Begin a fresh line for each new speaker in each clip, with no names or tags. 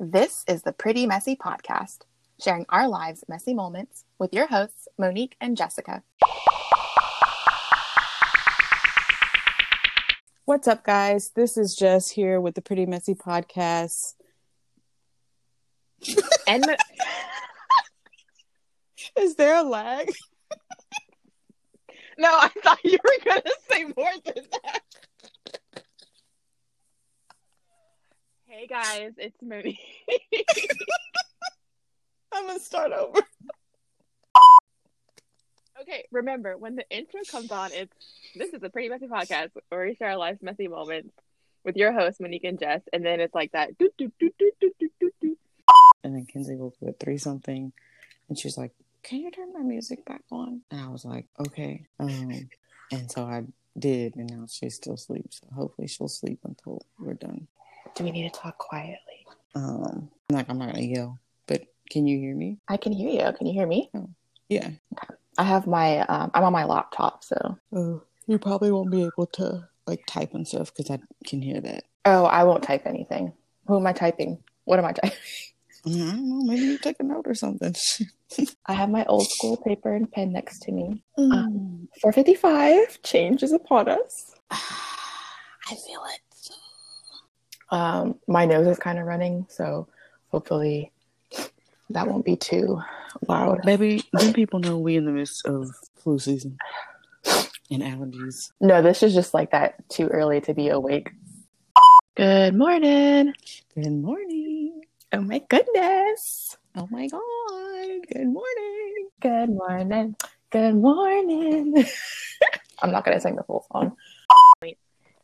This is the Pretty Messy Podcast, sharing our lives' messy moments with your hosts, Monique and Jessica.
What's up, guys? This is Jess here with the Pretty Messy Podcast.
And Mo-
Is there a lag?
No, I thought you were going to say more than that. Hey guys, it's Mooney.
I'm gonna start over.
okay, remember when the intro comes on, it's this is a pretty messy podcast where we share our life's messy moments with your hosts Monique and Jess, and then it's like that. Doo, doo, doo, doo, doo, doo, doo, doo.
And then Kinsey woke up at three something, and she's like, "Can you turn my music back on?" And I was like, "Okay." Um, and so I did, and now she still sleeps. Hopefully, she'll sleep until we're done.
Do we need to talk quietly?
Um, I'm like I'm not gonna yell, but can you hear me?
I can hear you. Can you hear me?
Yeah.
I have my, um, I'm on my laptop, so.
Oh, you probably won't be able to like type and stuff because I can hear that.
Oh, I won't type anything. Who am I typing? What am I typing?
I don't know. Maybe you took a note or something.
I have my old school paper and pen next to me.
Mm. Um,
455, change is upon us.
I feel it.
Um, my nose is kind of running, so hopefully that won't be too loud.
Baby, then people know we in the midst of flu season and allergies.
No, this is just like that too early to be awake. Good morning.
Good morning.
Oh my goodness.
Oh my god. Good morning.
Good morning. Good morning. I'm not going to sing the full song.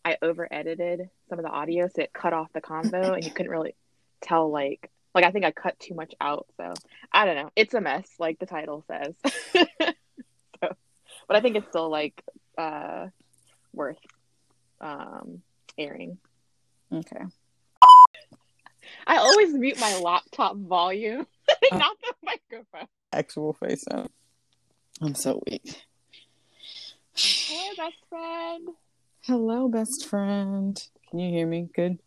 I over edited some of the audio so it cut off the combo and you couldn't really tell like like I think I cut too much out, so I don't know. It's a mess, like the title says. so, but I think it's still like uh worth um airing.
Okay.
I always mute my laptop volume, not the microphone.
Actual face up. I'm so weak.
Hello, best friend.
Hello, best friend. Can you hear me? Good.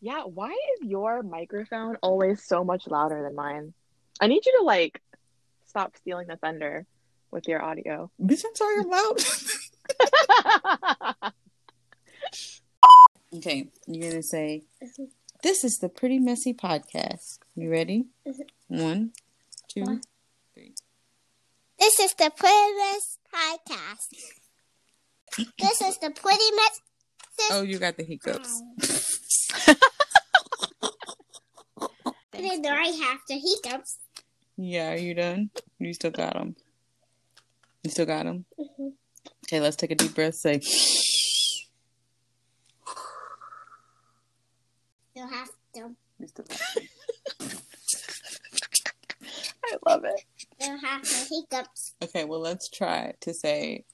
Yeah, why is your microphone always so much louder than mine? I need you to like stop stealing the thunder with your audio.
Bitch, I'm sorry I'm loud. okay, you're gonna say this is the pretty messy podcast. You ready? One, two.
One. This is the Pretty Miss Podcast. This is the Pretty Miss.
Oh, you got the hiccups.
Even though I have the hiccups.
Yeah, are you done? You still got them. You still got them? Okay, let's take a deep breath. Say,
You'll have to.
I love it.
You'll have the hiccups.
okay, well, let's try to say,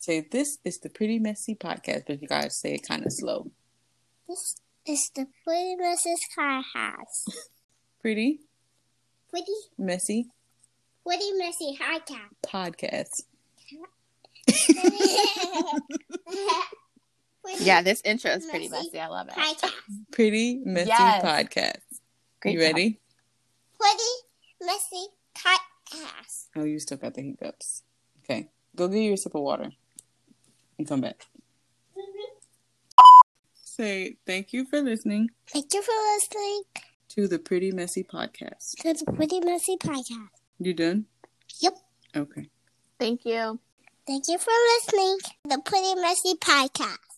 say, this is the Pretty Messy Podcast, but you guys say it kind of slow.
This is the Pretty Mrs. Podcast.
Pretty
Pretty,
Messy
pretty messy podcast.
Podcast.
pretty
this intro
is pretty Messy.
I love
podcast.
Pretty Messy
Yes.
Podcast.
Great
you
job.
ready?
Pretty messy podcast.
Oh, you still got the hiccups. Okay, go get you a sip of water and come back. Say, thank you for listening
Thank you for listening
to the Pretty Messy Podcast.
to the Pretty Messy Podcast.
You done?
Yep.
Okay.
Thank you.
Thank you for listening to the Pretty Messy Podcast.